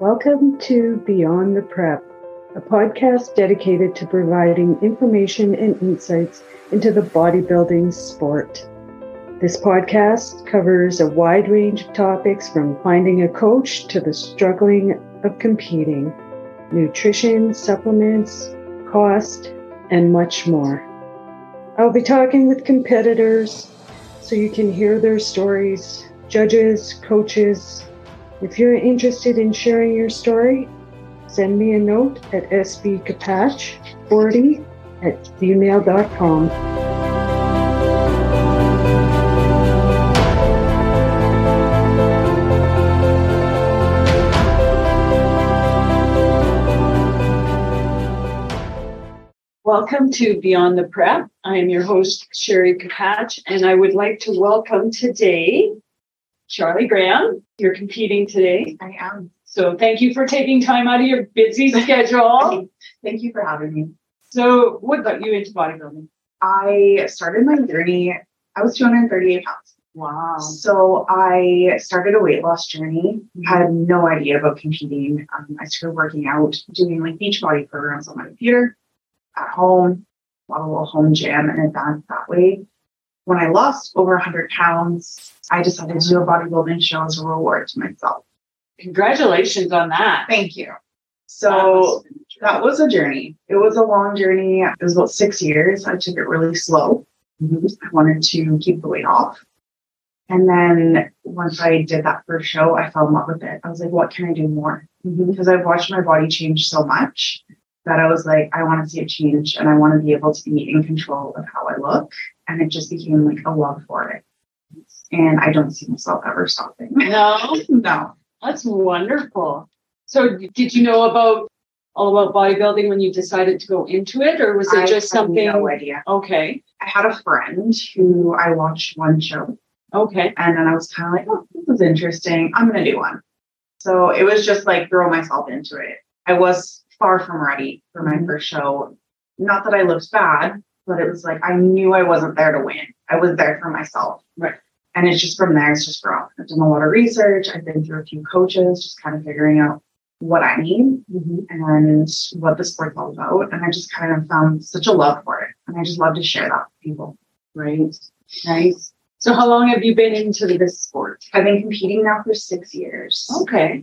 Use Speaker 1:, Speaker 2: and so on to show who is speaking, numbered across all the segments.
Speaker 1: Welcome to Beyond the Prep, a podcast dedicated to providing information and insights into the bodybuilding sport. This podcast covers a wide range of topics from finding a coach to the struggling of competing, nutrition, supplements, cost, and much more. I'll be talking with competitors so you can hear their stories, judges, coaches, if you're interested in sharing your story, send me a note at sbcapach40 at gmail.com. Welcome to Beyond the Prep. I am your host, Sherry Capach, and I would like to welcome today Charlie Graham, you're competing today.
Speaker 2: I am.
Speaker 1: So thank you for taking time out of your busy schedule.
Speaker 2: Thank you for having me.
Speaker 1: so what got you into bodybuilding?
Speaker 2: I started my journey, I was 238 pounds.
Speaker 1: Wow.
Speaker 2: So I started a weight loss journey, had
Speaker 1: Mm-hmm.
Speaker 2: no idea about competing. Um, I started working out, doing like beach body programs on my computer at home, bought a little home gym and advanced that way. When I lost over 100 pounds, I decided to do a bodybuilding show as a reward to myself.
Speaker 1: Congratulations on that.
Speaker 2: Thank you. So that was a journey. It was a long journey. It was about six years. I took it really slow. I wanted to keep the weight off. And then once I did that first show, I fell in love with it. I was like, what can I do more?
Speaker 1: Mm-hmm.
Speaker 2: Because I've watched my body change so much that I was like, I want to see it change and I want to be able to be in control of how I look. And it just became like a love for it. And I don't see myself ever stopping.
Speaker 1: No,
Speaker 2: no.
Speaker 1: that's wonderful. So did you know about all about bodybuilding when you decided to go into it or was
Speaker 2: I
Speaker 1: it just
Speaker 2: had
Speaker 1: something
Speaker 2: No idea.
Speaker 1: Okay.
Speaker 2: I had a friend who I watched one show
Speaker 1: Okay.
Speaker 2: and then I was kind of like, oh, this is interesting. I'm going to do one. So it was just like throw myself into it. I was far from ready for my
Speaker 1: Mhm.
Speaker 2: first show. Not that I looked bad, but it was like I knew I wasn't there to win. I was there for myself.
Speaker 1: Right.
Speaker 2: And it's just from there, it's just grown. I've done a lot of research. I've been through a few coaches, just kind of figuring out what I need
Speaker 1: Mm-hmm,
Speaker 2: and what the sport's all about. And I just kind of found such a love for it. And I just love to share that with people.
Speaker 1: Right. Nice. So how long have you been into this sport?
Speaker 2: I've been competing now for six years.
Speaker 1: Okay.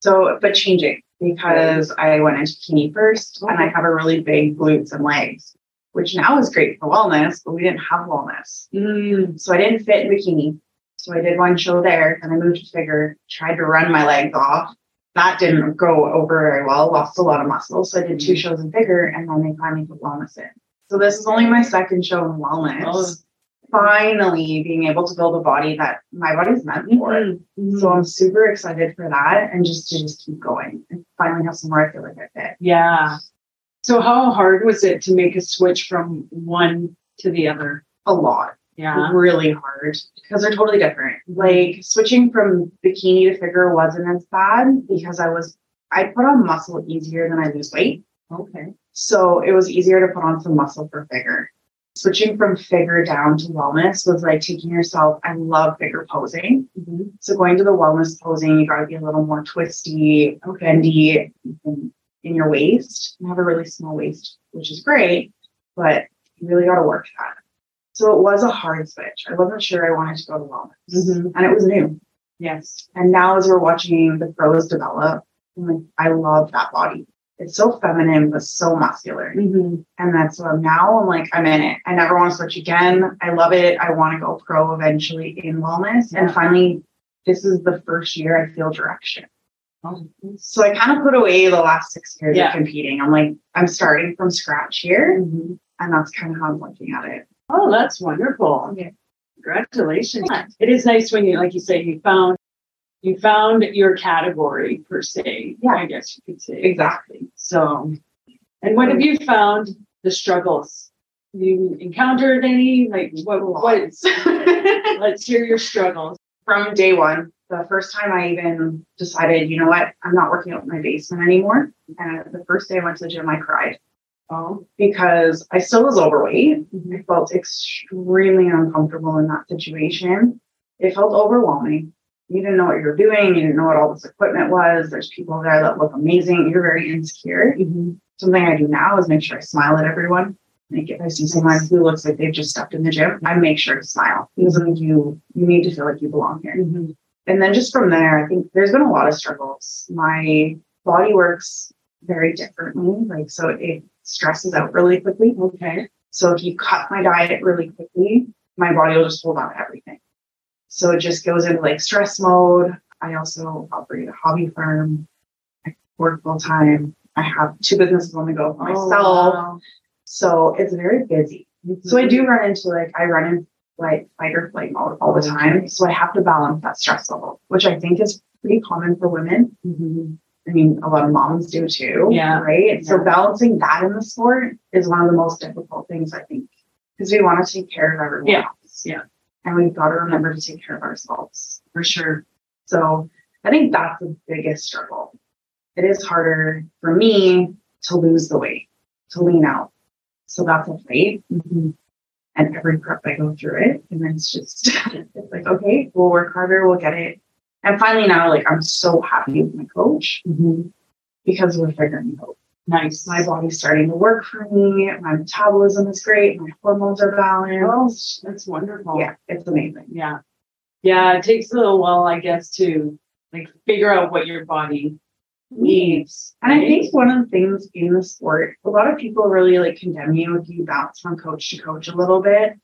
Speaker 2: So, but changing because I went into bikini first and I have a really big glutes and legs, which now is great for wellness, but we didn't have wellness.
Speaker 1: Mm.
Speaker 2: So I didn't fit in bikini. So I did one show there and I moved to figure, tried to run my legs off. That didn't go over very well, lost a lot of muscle. So I did two shows in figure and then they finally put wellness in. So this is only my second show in wellness.
Speaker 1: Oh.
Speaker 2: Finally being able to build a body that my body's meant for.
Speaker 1: Mhm.
Speaker 2: So I'm super excited for that and just to just keep going and finally have somewhere I feel like I fit.
Speaker 1: Yeah. So how hard was it to make a switch from one to the other?
Speaker 2: A lot,
Speaker 1: Yeah.
Speaker 2: really hard because they're totally different. Like switching from bikini to figure wasn't as bad because I was, I put on muscle easier than I lose weight.
Speaker 1: Okay.
Speaker 2: So it was easier to put on some muscle for figure. Switching from figure down to wellness was like taking yourself, I love figure posing.
Speaker 1: Mm-hmm.
Speaker 2: So going to the wellness posing, you gotta be a little more twisty, bendy in, in your waist. You have a really small waist, which is great, but you really gotta work that. So it was a hard switch. I wasn't sure I wanted to go to wellness,
Speaker 1: Mhm.
Speaker 2: and it was new.
Speaker 1: Yes.
Speaker 2: And now as we're watching the pros develop, I'm like, I love that body. It's so feminine, but so muscular.
Speaker 1: Mm-hmm.
Speaker 2: And that's what I'm now. I'm like, I'm in it. I never want to switch again. I love it. I want to go pro eventually in wellness.
Speaker 1: Yeah.
Speaker 2: And finally, this is the first year I feel direction.
Speaker 1: Oh,
Speaker 2: So I kind of put away the last six years
Speaker 1: Yeah.
Speaker 2: of competing. I'm like, I'm starting from scratch here.
Speaker 1: Mhm.
Speaker 2: And that's kind of how I'm looking at it.
Speaker 1: Oh, that's wonderful.
Speaker 2: Okay.
Speaker 1: Congratulations. It is nice when you, like you say, you found you found your category per se.
Speaker 2: Yeah.
Speaker 1: I guess you could say.
Speaker 2: Exactly.
Speaker 1: So, and what have you found the struggles? You encountered any? Like what? What? Let's hear your struggles.
Speaker 2: from day one, the first time I even decided, you know what, I'm not working out in my basement anymore. And the first day I went to the gym, I cried Um,
Speaker 1: Oh.
Speaker 2: because I still was overweight. I felt extremely uncomfortable in that situation. It felt overwhelming. you didn't know what you were doing. You didn't know what all this equipment was. There's people there that look amazing. You're very insecure.
Speaker 1: Mm-hmm.
Speaker 2: Something I do now is make sure I smile at everyone. Like if I see someone who looks like they've just stepped in the gym, I make sure to smile because I'm like, you you need to feel like you belong here.
Speaker 1: Mm-hmm.
Speaker 2: And then just from there, I think there's been a lot of struggles. My body works very differently, like so it stresses out really quickly.
Speaker 1: Okay.
Speaker 2: So if you cut my diet really quickly, my body will just hold on to everything. So it just goes into like stress mode. I also operate a hobby firm. I work full time. I have two businesses on the go for
Speaker 1: Oh,
Speaker 2: myself. So it's very busy. So I do run into like I run in like fight or flight mode all the time. So I have to balance that stress level, which I think is pretty common for women. I mean, a lot of moms do too.
Speaker 1: Yeah.
Speaker 2: Right. So
Speaker 1: Yeah.
Speaker 2: balancing that in the sport is one of the most difficult things I think. Because we want to take care of everyone
Speaker 1: Yeah.
Speaker 2: else.
Speaker 1: Yeah.
Speaker 2: And we've got to remember to take care of ourselves for sure. So I think that's the biggest struggle. It is harder for me to lose the weight, to lean out. So that's a fight and every prep I go through it. And then it's just it's like, okay, we'll work harder, we'll get it. And finally now, like I'm so happy with my coach because we're figuring out
Speaker 1: Nice.
Speaker 2: my body's starting to work for me, my metabolism is great, my hormones are balanced.
Speaker 1: That's wonderful.
Speaker 2: Yeah, it's amazing.
Speaker 1: Yeah. Yeah. It takes a little while, I guess, to like figure out what your body needs.
Speaker 2: And I
Speaker 1: right?
Speaker 2: think one of the things in the sport, a lot of people really like condemn you if you bounce from coach to coach a little bit.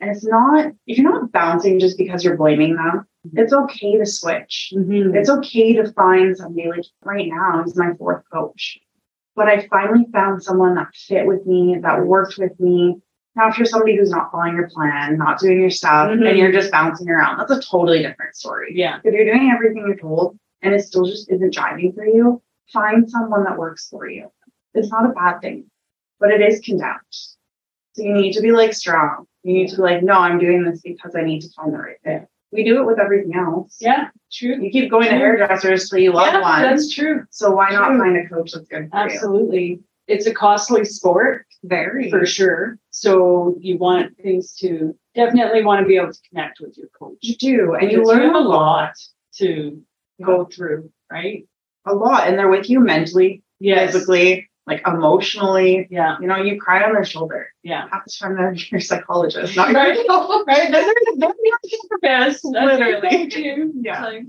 Speaker 2: And it's not, if you're not bouncing just because you're blaming them, it's okay to switch.
Speaker 1: Mhm.
Speaker 2: It's okay to find somebody like right now is my fourth coach. But I finally found someone that fit with me, that worked with me. Now, if you're somebody who's not following your plan, not doing your stuff,
Speaker 1: Mhm.
Speaker 2: and you're just bouncing around, that's a totally different story.
Speaker 1: yeah.
Speaker 2: If you're doing everything you're told and it still just isn't driving for you, find someone that works for you. It's not a bad thing, but it is condemned. So you need to be like strong. You need to be like, no, I'm doing this because I need to find the right fit. We do it with everything else.
Speaker 1: Yeah. True.
Speaker 2: You keep going to hairdressers till you love
Speaker 1: yeah,
Speaker 2: one.
Speaker 1: That's true.
Speaker 2: so why not
Speaker 1: true.
Speaker 2: find a coach that's good for you?
Speaker 1: Absolutely. It's a costly sport.
Speaker 2: Very.
Speaker 1: for sure. So you want things to definitely want to be able to connect with your coach.
Speaker 2: You do, and you
Speaker 1: Because
Speaker 2: learn
Speaker 1: have a
Speaker 2: a lot,
Speaker 1: lot to go through, right?
Speaker 2: a lot, and they're with you mentally, physically, like emotionally.
Speaker 1: Yeah.
Speaker 2: You know, you cry on their shoulder.
Speaker 1: Yeah.
Speaker 2: Half the time they're your psychologist, not
Speaker 1: Right.
Speaker 2: your
Speaker 1: Right. That's that's the best. That's
Speaker 2: Literally.
Speaker 1: Too.
Speaker 2: Yeah.
Speaker 1: Like,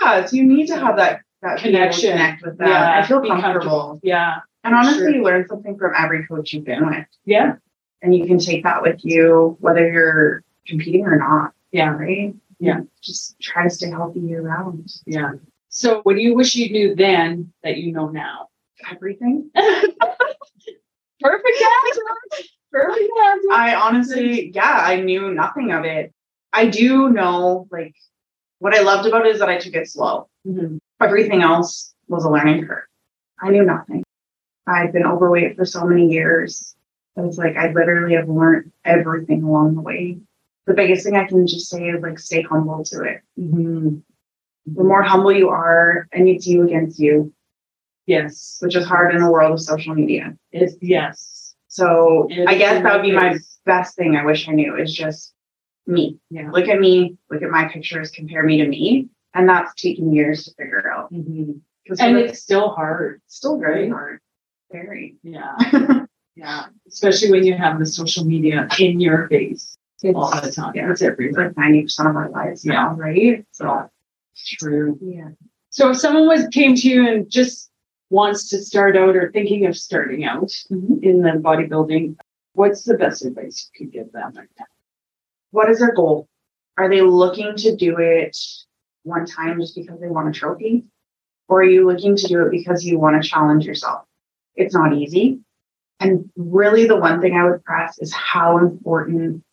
Speaker 2: Yeah, so you need to have that that be able to
Speaker 1: Connection.
Speaker 2: connect with them.
Speaker 1: Yeah,
Speaker 2: I feel
Speaker 1: be
Speaker 2: comfortable.
Speaker 1: yeah.
Speaker 2: And honestly,
Speaker 1: Sure.
Speaker 2: you learn something from every coach you've been with,
Speaker 1: Yeah.
Speaker 2: and you can take that with you whether you're competing or not.
Speaker 1: Yeah.
Speaker 2: Right.
Speaker 1: Yeah.
Speaker 2: Just try to stay healthy year round.
Speaker 1: Yeah. So what do you wish you knew then that you know now?
Speaker 2: Everything.
Speaker 1: Perfect answer. Perfect answer.
Speaker 2: I honestly, yeah, I knew nothing of it. I do know, like, what I loved about it is that I took it slow.
Speaker 1: Mhm.
Speaker 2: Everything else was a learning curve. I knew nothing. I've been overweight for so many years. that It's like I literally have learned everything along the way. The biggest thing I can just say is like stay humble to it.
Speaker 1: Mhm.
Speaker 2: The more humble you are, and it's you against you,
Speaker 1: Yes.
Speaker 2: which is hard in a world of social media.
Speaker 1: It's yes.
Speaker 2: So I
Speaker 1: It
Speaker 2: guess that would be my
Speaker 1: is.
Speaker 2: best thing I wish I knew is just me.
Speaker 1: Yeah.
Speaker 2: Look at me, look at my pictures, compare me to me. And that's taken years to figure out.
Speaker 1: Mhm.
Speaker 2: Because
Speaker 1: And
Speaker 2: it's
Speaker 1: it's still hard.
Speaker 2: still very hard. Very.
Speaker 1: Yeah. Yeah, especially when you have the social media in your face all the
Speaker 2: It's
Speaker 1: time.
Speaker 2: yeah.
Speaker 1: It's everywhere.
Speaker 2: like 90% of our lives now, right? So,
Speaker 1: True.
Speaker 2: yeah.
Speaker 1: So if someone was came to you and just wants to start out or thinking of starting out
Speaker 2: Mhm.
Speaker 1: in the bodybuilding, what's the best advice you could give them right now?
Speaker 2: What is their goal? Are they looking to do it one time just because they want a trophy? Or are you looking to do it because you want to challenge yourself? It's not easy. And really, the one thing I would press is how important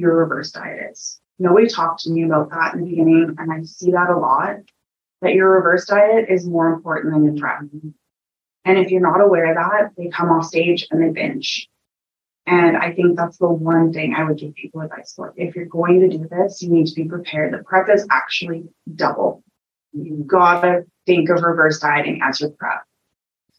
Speaker 2: your reverse diet is. Nobody talked to me about that in the beginning, and I see that a lot that your reverse diet is more important than your prep. And if you're not aware of that, they come off stage and they binge. And I think that's the one thing I would give people advice for. If you're going to do this, you need to be prepared. The prep is actually double. You gotta think of reverse dieting as your prep.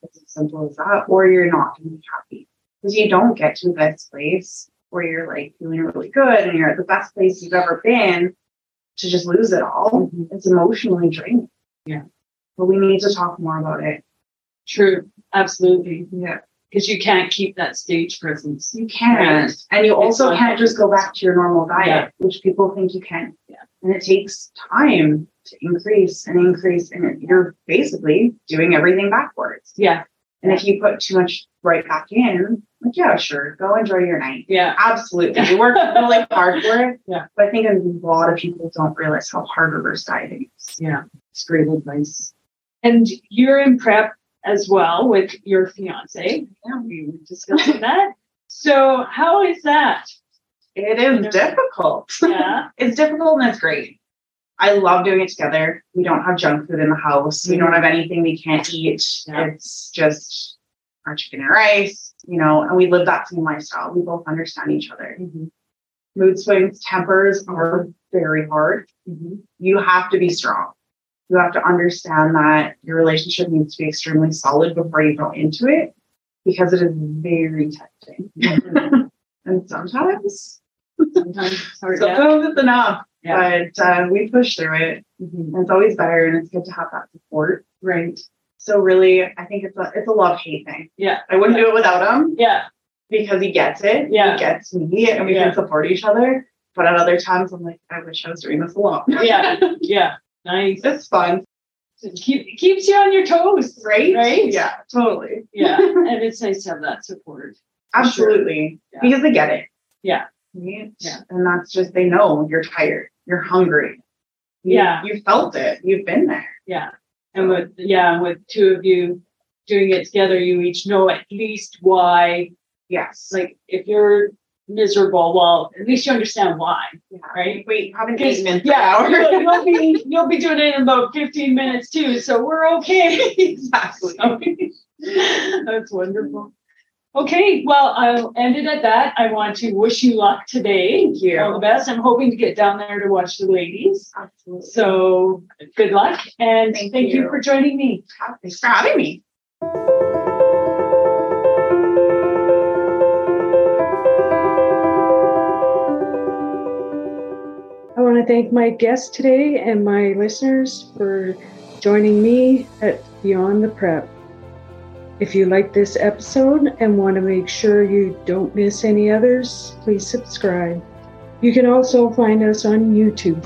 Speaker 2: It's as simple as that, or you're not gonna be happy. Because you don't get to this place where you're like feeling really good and you're at the best place you've ever been to just lose it all.
Speaker 3: Mhm.
Speaker 2: It's emotionally draining.
Speaker 3: Yeah.
Speaker 2: But we need to talk more about it.
Speaker 3: True. Absolutely.
Speaker 2: Yeah.
Speaker 3: Because you can't keep that stage presence.
Speaker 2: You can.
Speaker 3: Right.
Speaker 2: And you also
Speaker 3: not-
Speaker 2: can't just go back to your normal diet,
Speaker 3: Yeah.
Speaker 2: which people think you can.
Speaker 3: Yeah.
Speaker 2: And it takes time to increase and increase. And it- you're basically doing everything backwards.
Speaker 3: Yeah.
Speaker 2: And if you put too much right back in, like, yeah, sure, go enjoy your night.
Speaker 3: Yeah.
Speaker 2: Absolutely. We work really hard for it.
Speaker 3: Yeah.
Speaker 2: But I think a lot of people don't realize how hard reverse dieting is.
Speaker 3: Yeah. It's great advice. And you're in prep as well with your fiance.
Speaker 2: Yeah.
Speaker 3: We were discussing that. So how is that?
Speaker 2: It is difficult.
Speaker 3: Yeah.
Speaker 2: It's difficult and it's great. I love doing it together. We don't have junk food in the house. We don't have anything we can't eat.
Speaker 3: Yeah.
Speaker 2: It's just our chicken and rice, you know, and we live that same lifestyle. We both understand each other.
Speaker 3: Mhm.
Speaker 2: Mood swings, tempers are very hard.
Speaker 3: Mhm.
Speaker 2: you have to be strong. You have to understand that your relationship needs to be extremely solid before you go into it because it is very tempting. and sometimes,
Speaker 3: Mm-hmm. Sometimes it's hard. Yeah.
Speaker 2: sometimes it's enough,
Speaker 3: Yeah.
Speaker 2: but uh, we push through it.
Speaker 3: Mhm.
Speaker 2: And it's always better and it's good to have that support.
Speaker 3: Right.
Speaker 2: So really, I think it's a, it's a love hate thing.
Speaker 3: Yeah.
Speaker 2: I wouldn't do it without him
Speaker 3: Yeah.
Speaker 2: because he gets it.
Speaker 3: Yeah.
Speaker 2: He gets me and we
Speaker 3: Yeah.
Speaker 2: can support each other. But at other times, I'm like, I wish I was doing this alone.
Speaker 3: Yeah. Yeah. Nice.
Speaker 2: it's fun,
Speaker 3: It keep, it keeps you on your toes.
Speaker 2: right?
Speaker 3: Right?
Speaker 2: Yeah, totally.
Speaker 3: Yeah. And it's nice to have that support. For sure.
Speaker 2: Absolutely.
Speaker 3: Yeah.
Speaker 2: Because they get it.
Speaker 3: Yeah.
Speaker 2: Right?
Speaker 3: Yeah.
Speaker 2: And that's just they know you're tired, you're hungry. You-
Speaker 3: Yeah.
Speaker 2: You felt it. You've been there.
Speaker 3: Yeah. And with yeah, with two of you doing it together, you each know at least why.
Speaker 2: Yes.
Speaker 3: Like if you're miserable, well, at least you understand why.
Speaker 2: yeah.
Speaker 3: right?
Speaker 2: We haven't
Speaker 3: Because-
Speaker 2: eaten in three
Speaker 3: Yeah,
Speaker 2: hours.
Speaker 3: you'll, you'll be you'll be doing it in about fifteen minutes too, so we're okay.
Speaker 2: exactly.
Speaker 3: So- That's wonderful. Okay, well, I'll end it at that. I want to wish you luck today.
Speaker 2: Thank you.
Speaker 3: All the best. I'm hoping to get down there to watch the ladies.
Speaker 2: Absolutely.
Speaker 3: So good luck and
Speaker 2: Thank
Speaker 3: thank you
Speaker 2: you.
Speaker 3: for joining me.
Speaker 2: thanks for having me.
Speaker 1: I want to thank my guests today and my listeners for joining me at Beyond the Prep. If you like this episode and want to make sure you don't miss any others, please subscribe. You can also find us on YouTube.